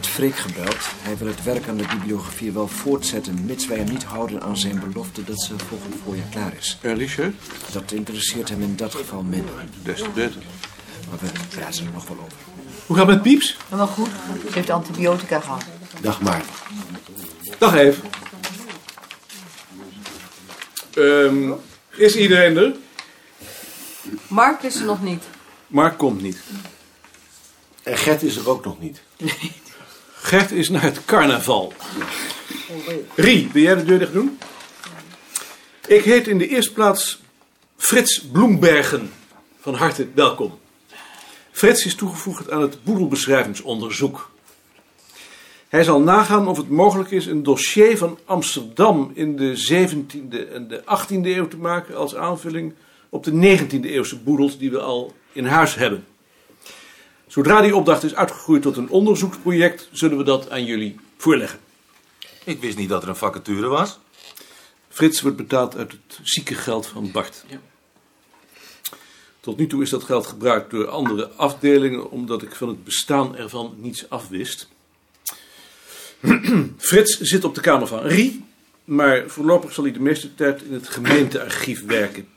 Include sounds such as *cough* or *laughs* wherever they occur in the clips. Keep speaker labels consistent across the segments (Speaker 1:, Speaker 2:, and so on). Speaker 1: Freek gebeld. Hij wil het werk aan de bibliografie wel voortzetten... mits wij hem niet houden aan zijn belofte dat ze volgend voorjaar klaar is.
Speaker 2: Alicia?
Speaker 1: Dat interesseert hem in dat geval minder.
Speaker 2: Des te beter.
Speaker 1: Maar we praten er nog wel over.
Speaker 3: Hoe gaat het met Pieps?
Speaker 4: Wel goed, ze heeft antibiotica gehad.
Speaker 1: Dag maar.
Speaker 3: Dag even. Ehm, is iedereen er?
Speaker 4: Mark is er nog niet.
Speaker 3: Mark komt niet.
Speaker 5: En Gert is er ook nog niet.
Speaker 3: Gert is naar het carnaval. Rie, wil jij de deur dicht doen? Ik heet in de eerste plaats Frits Bloembergen. Van harte welkom. Frits is toegevoegd aan het boedelbeschrijvingsonderzoek. Hij zal nagaan of het mogelijk is een dossier van Amsterdam in de 17e en de 18e eeuw te maken als aanvulling op de 19e eeuwse boedels die we al in huis hebben. Zodra die opdracht is uitgegroeid tot een onderzoeksproject, zullen we dat aan jullie voorleggen.
Speaker 6: Ik wist niet dat er een vacature was.
Speaker 3: Frits wordt betaald uit het ziekengeld van Bart. Tot nu toe is dat geld gebruikt door andere afdelingen, omdat ik van het bestaan ervan niets afwist. *clears throat* Frits zit op de kamer van Rie, maar voorlopig zal hij de meeste tijd in het gemeentearchief werken.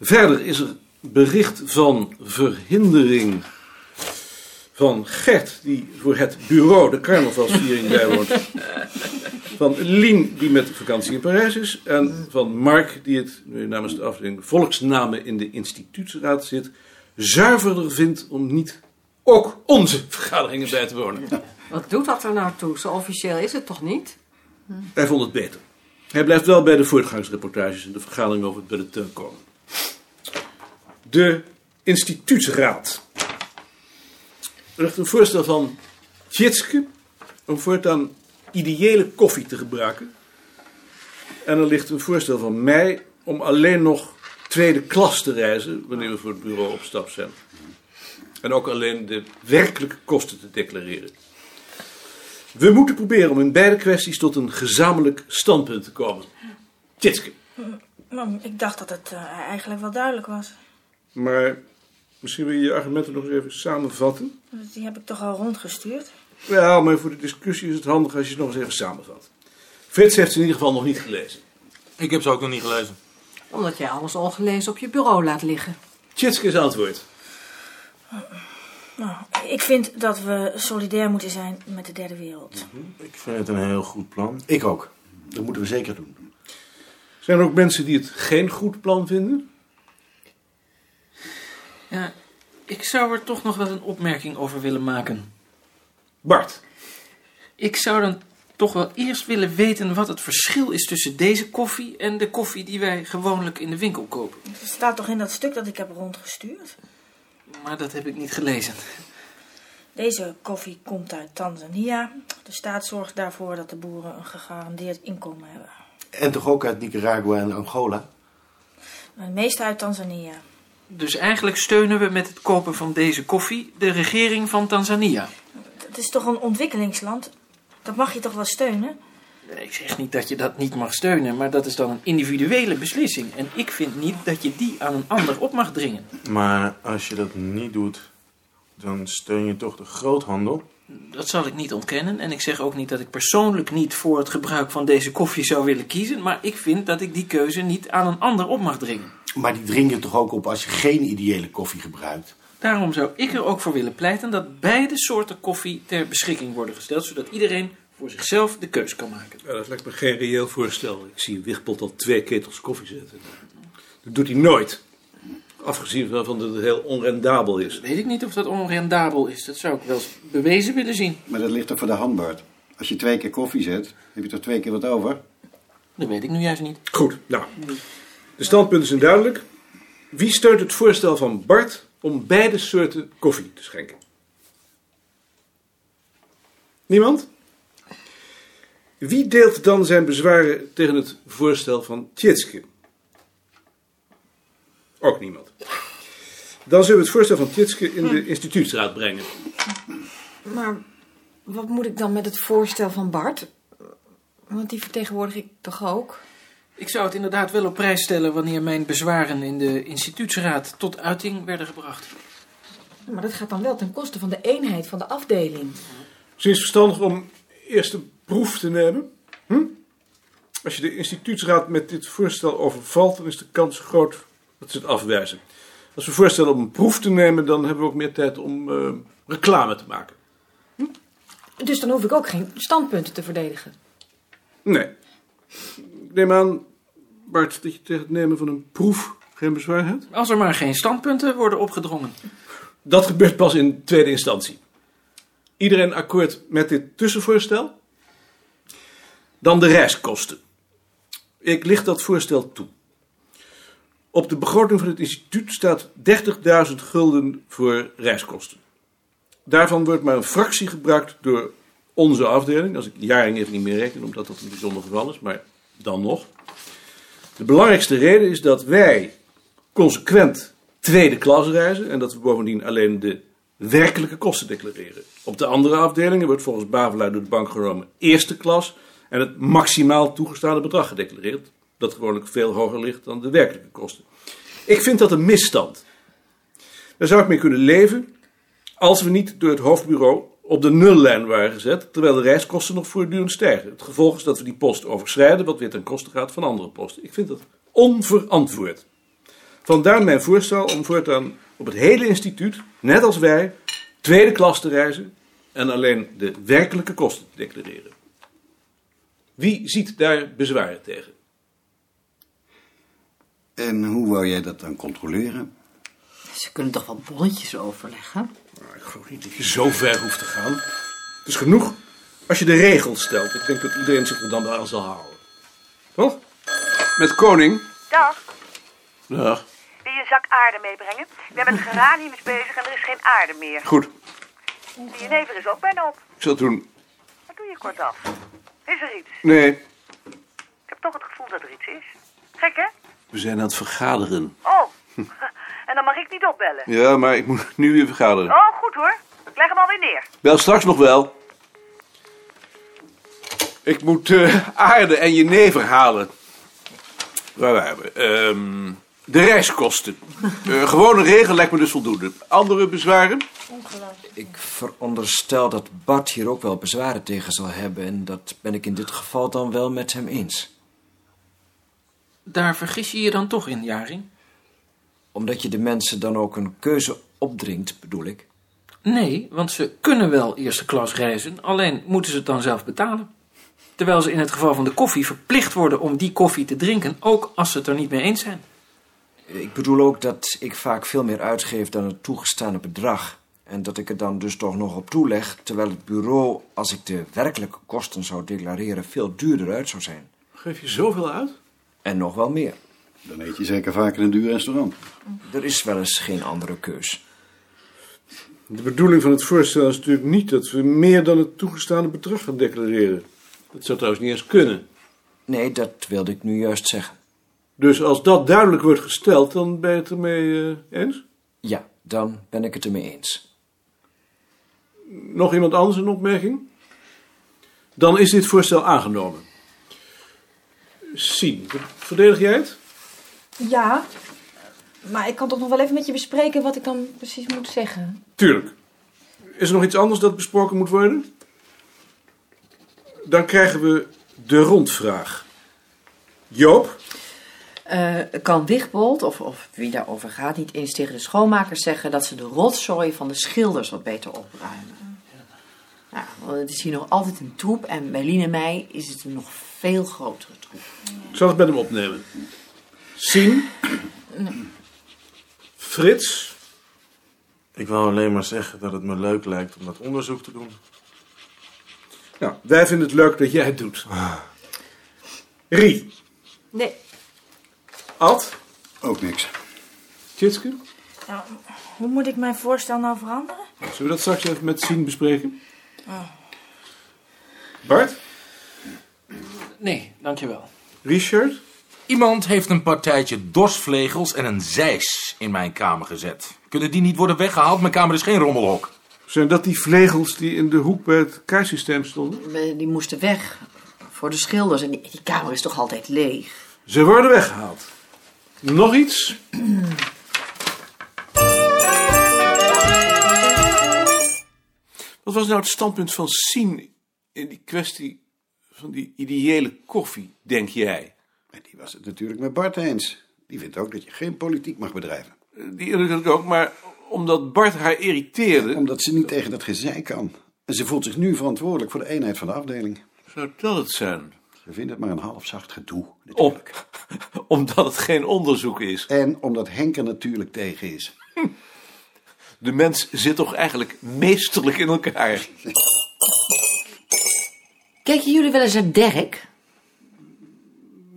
Speaker 3: Verder is er bericht van verhindering van Gert, die voor het bureau de carnavalsviering bijwoont. Van Lien, die met vakantie in Parijs is. En van Mark, die het nu namens de afdeling Volksnamen in de instituutsraad zit. zuiverder vindt om niet ook onze vergaderingen bij te wonen.
Speaker 4: Wat doet dat er nou toe? Zo officieel is het toch niet?
Speaker 3: Hij vond het beter. Hij blijft wel bij de voortgangsreportages en de vergadering over het bulletin komen. De instituutsraad. Er ligt een voorstel van Tjitske om voortaan ideële koffie te gebruiken. En er ligt een voorstel van mij om alleen nog tweede klas te reizen wanneer we voor het bureau op stap zijn. En ook alleen de werkelijke kosten te declareren. We moeten proberen om in beide kwesties tot een gezamenlijk standpunt te komen. Tjitske.
Speaker 7: Mam, ik dacht dat het eh, eigenlijk wel duidelijk was.
Speaker 3: Maar misschien wil je je argumenten nog eens even samenvatten?
Speaker 7: Die heb ik toch al rondgestuurd.
Speaker 3: Ja, maar voor de discussie is het handig als je het nog eens even samenvat. Frits heeft ze in ieder geval nog niet gelezen.
Speaker 6: Ik heb ze ook nog niet gelezen.
Speaker 4: Omdat jij alles ongelezen op je bureau laat liggen.
Speaker 3: Tjitske is antwoord.
Speaker 7: Nou, ik vind dat we solidair moeten zijn met de derde wereld.
Speaker 6: Ik vind het een heel goed plan.
Speaker 5: Ik ook. Dat moeten we zeker doen.
Speaker 3: Zijn er ook mensen die het geen goed plan vinden?
Speaker 8: Ja, ik zou er toch nog wel een opmerking over willen maken.
Speaker 3: Bart.
Speaker 8: Ik zou dan toch wel eerst willen weten wat het verschil is tussen deze koffie en de koffie die wij gewoonlijk in de winkel kopen.
Speaker 7: Het staat toch in dat stuk dat ik heb rondgestuurd?
Speaker 8: Maar dat heb ik niet gelezen.
Speaker 7: Deze koffie komt uit Tanzania. De staat zorgt daarvoor dat de boeren een gegarandeerd inkomen hebben.
Speaker 5: En toch ook uit Nicaragua en Angola.
Speaker 7: Maar Het meeste uit Tanzania.
Speaker 8: Dus eigenlijk steunen we met het kopen van deze koffie de regering van Tanzania.
Speaker 7: Het is toch een ontwikkelingsland? Dat mag je toch wel steunen?
Speaker 8: Ik zeg niet dat je dat niet mag steunen, maar dat is dan een individuele beslissing. En ik vind niet dat je die aan een ander op mag dringen.
Speaker 6: Maar als je dat niet doet, dan steun je toch de groothandel?
Speaker 8: Dat zal ik niet ontkennen. En ik zeg ook niet dat ik persoonlijk niet voor het gebruik van deze koffie zou willen kiezen. Maar ik vind dat ik die keuze niet aan een ander op mag dringen.
Speaker 5: Maar die dring je toch ook op als je geen ideële koffie gebruikt.
Speaker 8: Daarom zou ik er ook voor willen pleiten dat beide soorten koffie ter beschikking worden gesteld. Zodat iedereen voor zichzelf de keus kan maken.
Speaker 3: Ja, dat lijkt me geen reëel voorstel. Ik zie Wichtbold al twee ketels koffie zetten. Dat doet hij nooit. Afgezien van dat het heel onrendabel is.
Speaker 8: Weet ik niet of dat onrendabel is. Dat zou ik wel eens bewezen willen zien.
Speaker 9: Maar dat ligt toch voor de hand, Bart? Als je twee keer koffie zet, heb je toch twee keer wat over?
Speaker 8: Dat weet ik nu juist niet.
Speaker 3: Goed, nou. De standpunten zijn duidelijk. Wie steunt het voorstel van Bart om beide soorten koffie te schenken? Niemand? Wie deelt dan zijn bezwaren tegen het voorstel van Tjitske? Ook niemand. Dan zullen we het voorstel van Tjitske in de instituutsraad brengen.
Speaker 10: Maar wat moet ik dan met het voorstel van Bart? Want die vertegenwoordig ik toch ook?
Speaker 8: Ik zou het inderdaad wel op prijs stellen wanneer mijn bezwaren in de instituutsraad tot uiting werden gebracht.
Speaker 10: Maar dat gaat dan wel ten koste van de eenheid van de afdeling.
Speaker 3: Misschien is het verstandig om eerst een proef te nemen. Hm? Als je de instituutsraad met dit voorstel overvalt, dan is de kans groot dat ze het afwijzen. Als we voorstellen om een proef te nemen, dan hebben we ook meer tijd om eh, reclame te maken.
Speaker 10: Dus dan hoef ik ook geen standpunten te verdedigen.
Speaker 3: Nee. Ik neem aan, Bart, dat je tegen het nemen van een proef geen bezwaar hebt.
Speaker 8: Als er maar geen standpunten worden opgedrongen.
Speaker 3: Dat gebeurt pas in tweede instantie. Iedereen akkoord met dit tussenvoorstel? Dan de reiskosten. Ik licht dat voorstel toe. Op de begroting van het instituut staat 30.000 gulden voor reiskosten. Daarvan wordt maar een fractie gebruikt door onze afdeling. Als ik jaring even niet meer reken, omdat dat een bijzonder geval is, maar dan nog. De belangrijkste reden is dat wij consequent tweede klas reizen en dat we bovendien alleen de werkelijke kosten declareren. Op de andere afdelingen wordt volgens Bavelaar door de bank genomen eerste klas en het maximaal toegestane bedrag gedeclareerd, dat gewoonlijk veel hoger ligt dan de werkelijke kosten. Ik vind dat een misstand. Daar zou ik mee kunnen leven als we niet door het hoofdbureau op de nullijn waren gezet, terwijl de reiskosten nog voortdurend stijgen. Het gevolg is dat we die post overschrijden, wat weer ten koste gaat van andere posten. Ik vind dat onverantwoord. Vandaar mijn voorstel om voortaan op het hele instituut, net als wij, tweede klas te reizen en alleen de werkelijke kosten te declareren. Wie ziet daar bezwaren tegen?
Speaker 9: En hoe wou jij dat dan controleren?
Speaker 2: Ze kunnen toch wel bonnetjes overleggen?
Speaker 3: Nou, ik geloof niet dat je zo ver hoeft te gaan. Het is genoeg als je de regels stelt. Ik denk dat iedereen zich er dan wel aan zal houden. Toch? Met koning.
Speaker 11: Dag,
Speaker 3: Ja,
Speaker 11: wil je een zak aarde meebrengen? Ik ben
Speaker 8: *laughs*
Speaker 11: met geraniums bezig en er is geen aarde meer.
Speaker 3: goed.
Speaker 11: Die jenever is ook bijna op.
Speaker 3: Ik zal het doen.
Speaker 11: Wat doe je kortaf? Is er iets?
Speaker 3: Nee.
Speaker 11: Ik heb toch het gevoel dat er iets is. Gek, hè?
Speaker 3: We zijn aan het vergaderen.
Speaker 8: *laughs*
Speaker 11: Oh, en dan mag ik niet opbellen.
Speaker 3: Ja, maar ik moet nu weer vergaderen.
Speaker 11: Oh, goed hoor. Ik leg hem alweer neer.
Speaker 3: Wel straks nog wel. Ik moet eh, aarde en jenever halen. Waar waren we? Ehm, de reiskosten. Eh, gewone regel lijkt me dus voldoende. Andere bezwaren?
Speaker 1: Ik veronderstel dat Bart hier ook wel bezwaren tegen zal hebben. En dat ben ik in dit geval dan wel met hem eens.
Speaker 8: Daar vergis je je dan toch in, Jaring?
Speaker 1: Omdat je de mensen dan ook een keuze opdringt, bedoel ik.
Speaker 8: Nee, want ze kunnen wel eerste klas reizen, alleen moeten ze het dan zelf betalen. Terwijl ze in het geval van de koffie verplicht worden om die koffie te drinken, ook als ze het er niet mee eens zijn.
Speaker 1: Ik bedoel ook dat ik vaak veel meer uitgeef dan het toegestane bedrag. En dat ik er dan dus toch nog op toeleg, terwijl het bureau, als ik de werkelijke kosten zou declareren, veel duurder uit zou zijn.
Speaker 3: Geef je zoveel uit?
Speaker 1: En nog wel meer.
Speaker 9: Dan eet je zeker vaak in een duur restaurant.
Speaker 1: Er is wel eens geen andere keus.
Speaker 3: De bedoeling van het voorstel is natuurlijk niet dat we meer dan het toegestane bedrag gaan declareren. Dat zou trouwens niet eens kunnen.
Speaker 1: Nee, dat wilde ik nu juist zeggen.
Speaker 3: Dus als dat duidelijk wordt gesteld, dan ben je het ermee eh, eens?
Speaker 1: Ja, dan ben ik het ermee eens.
Speaker 3: Nog iemand anders een opmerking? Dan is dit voorstel aangenomen. Sien, verdedig jij het?
Speaker 10: Ja, maar ik kan toch nog wel even met je bespreken wat ik dan precies moet zeggen.
Speaker 3: Tuurlijk. Is er nog iets anders dat besproken moet worden? Dan krijgen we de rondvraag. Joop?
Speaker 2: Eh, kan Wigbold, of, of wie daarover gaat, niet eens tegen de schoonmakers zeggen dat ze de rotzooi van de schilders wat beter opruimen? Ja, want het is hier nog altijd een troep en bij Lien en mij is het een nog veel grotere troep.
Speaker 3: Ik zal het met hem opnemen. Sien? Frits?
Speaker 6: Ik wou alleen maar zeggen dat het me leuk lijkt om dat onderzoek te doen.
Speaker 3: Nou, wij vinden het leuk dat jij het doet. Rie?
Speaker 4: Nee,
Speaker 3: Ad?
Speaker 9: Ook niks.
Speaker 3: Tjitske?
Speaker 7: Nou, hoe moet ik mijn voorstel nou veranderen?
Speaker 3: Zullen we dat straks even met Sien bespreken? Bart?
Speaker 8: Nee, dankjewel.
Speaker 3: Richard?
Speaker 12: Iemand heeft een partijtje dorsvlegels en een zeis in mijn kamer gezet. Kunnen die niet worden weggehaald? Mijn kamer is geen rommelhok.
Speaker 3: Zijn dat die vlegels die in de hoek bij het kaarsysteem stonden?
Speaker 2: Eh, Die moesten weg voor de schilders en die, die kamer is toch altijd leeg?
Speaker 3: Ze worden weggehaald. Nog iets? Wat was nou het standpunt van Sien in die kwestie van die ideële koffie, denk jij?
Speaker 9: Die was het natuurlijk met Bart eens. Die vindt ook dat je geen politiek mag bedrijven.
Speaker 3: Die indruk had ik ook, maar omdat Bart haar irriteerde...
Speaker 9: Omdat ze niet tegen dat gezeik kan. En ze voelt zich nu verantwoordelijk voor de eenheid van de afdeling.
Speaker 3: Zou dat het zijn?
Speaker 9: Ze vindt het maar een halfzacht gedoe.
Speaker 3: Om, omdat het geen onderzoek is.
Speaker 9: En omdat Henk er natuurlijk tegen is.
Speaker 3: De mens zit toch eigenlijk meesterlijk in elkaar.
Speaker 2: Kijken jullie wel eens naar Dirk?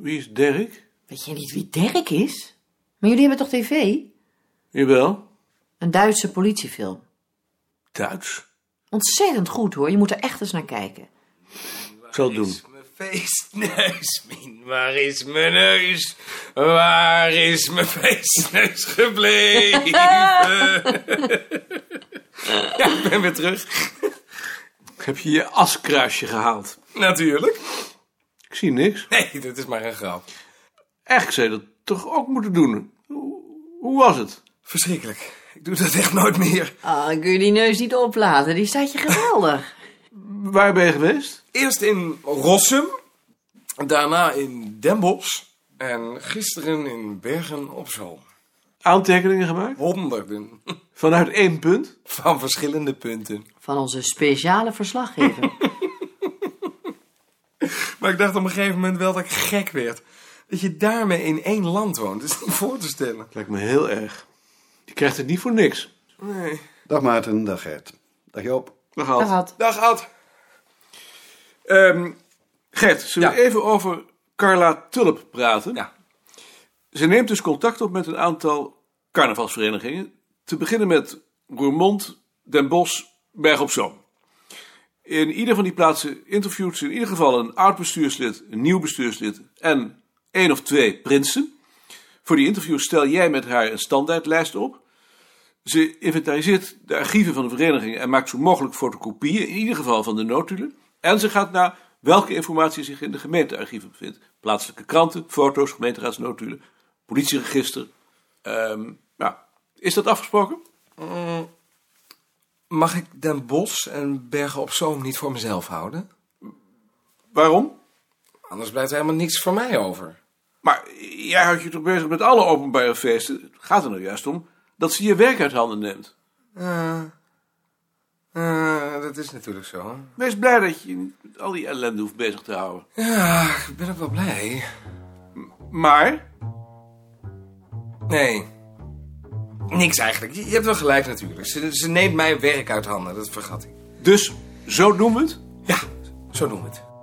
Speaker 3: Wie is Dirk?
Speaker 2: Weet je niet wie Dirk is? Maar jullie hebben toch tv?
Speaker 3: Jawel.
Speaker 2: Een Duitse politiefilm.
Speaker 3: Duits.
Speaker 2: Ontzettend goed hoor, je moet er echt eens naar kijken.
Speaker 3: Zal doen.
Speaker 1: feestneus, Mien. Waar is mijn neus? Waar is mijn feestneus
Speaker 3: *laughs*
Speaker 1: gebleven? ja, ik ben weer terug.
Speaker 3: Heb je je askruisje gehaald?
Speaker 1: Natuurlijk.
Speaker 3: Ik zie niks.
Speaker 1: Nee, dat is maar een grap.
Speaker 3: Echt, zou je dat toch ook moeten doen? Hoe- Hoe was het?
Speaker 1: Verschrikkelijk. Ik doe dat echt nooit meer.
Speaker 2: Ah, kun je die neus niet oplaten, die *laughs* staat je geweldig.
Speaker 3: Waar ben je geweest?
Speaker 1: Eerst in Rossum, daarna in Den Bosch en gisteren in Bergen op Zoom.
Speaker 3: Aantekeningen gemaakt?
Speaker 1: Honderden.
Speaker 3: Vanuit één punt?
Speaker 1: Van verschillende punten.
Speaker 2: Van onze speciale verslaggever.
Speaker 1: Maar ik dacht op een gegeven moment wel dat ik gek werd. Dat je daarmee in één land woont. Dat is niet voor te stellen.
Speaker 3: Lijkt me heel erg. Je krijgt het niet voor niks.
Speaker 1: Nee.
Speaker 9: Dag Maarten, dag Gert. Dag Joop.
Speaker 3: Dag Ad.
Speaker 1: Dag Ad.
Speaker 3: Ehm, Gert, zullen we even over Carla Tulp praten?
Speaker 1: Ja.
Speaker 3: Ze neemt dus contact op met een aantal carnavalsverenigingen. Te beginnen met Roermond, Den Bosch, Berg op Zoom. In ieder van die plaatsen interviewt ze in ieder geval een oud bestuurslid, een nieuw bestuurslid en één of twee prinsen. Voor die interviews stel jij met haar een standaardlijst op. Ze inventariseert de archieven van de vereniging en maakt zo mogelijk fotocopieën, in ieder geval van de notulen. En ze gaat naar welke informatie zich in de gemeentearchieven bevindt. Plaatselijke kranten, foto's, gemeenteraadsnotulen, politieregister. Ehm, nou, is dat afgesproken?
Speaker 1: Mm, Mag ik Den Bosch en Bergen op Zoom niet voor mezelf houden?
Speaker 3: Waarom?
Speaker 1: Anders blijft er helemaal niks voor mij over.
Speaker 3: Maar jij houdt je toch bezig met alle openbare feesten? Het gaat er nou juist om dat ze je werk uit handen neemt.
Speaker 1: Eh, eh, dat is natuurlijk zo. hè.
Speaker 3: Wees blij dat je je niet met al die ellende hoeft bezig te houden.
Speaker 1: Ja, ik ben ook wel blij.
Speaker 3: Maar?
Speaker 1: Nee. Niks eigenlijk. Je je hebt wel gelijk natuurlijk. Ze, ze neemt mij werk uit handen, dat vergat ik.
Speaker 3: Dus zo doen we het?
Speaker 1: Ja, zo doen we het.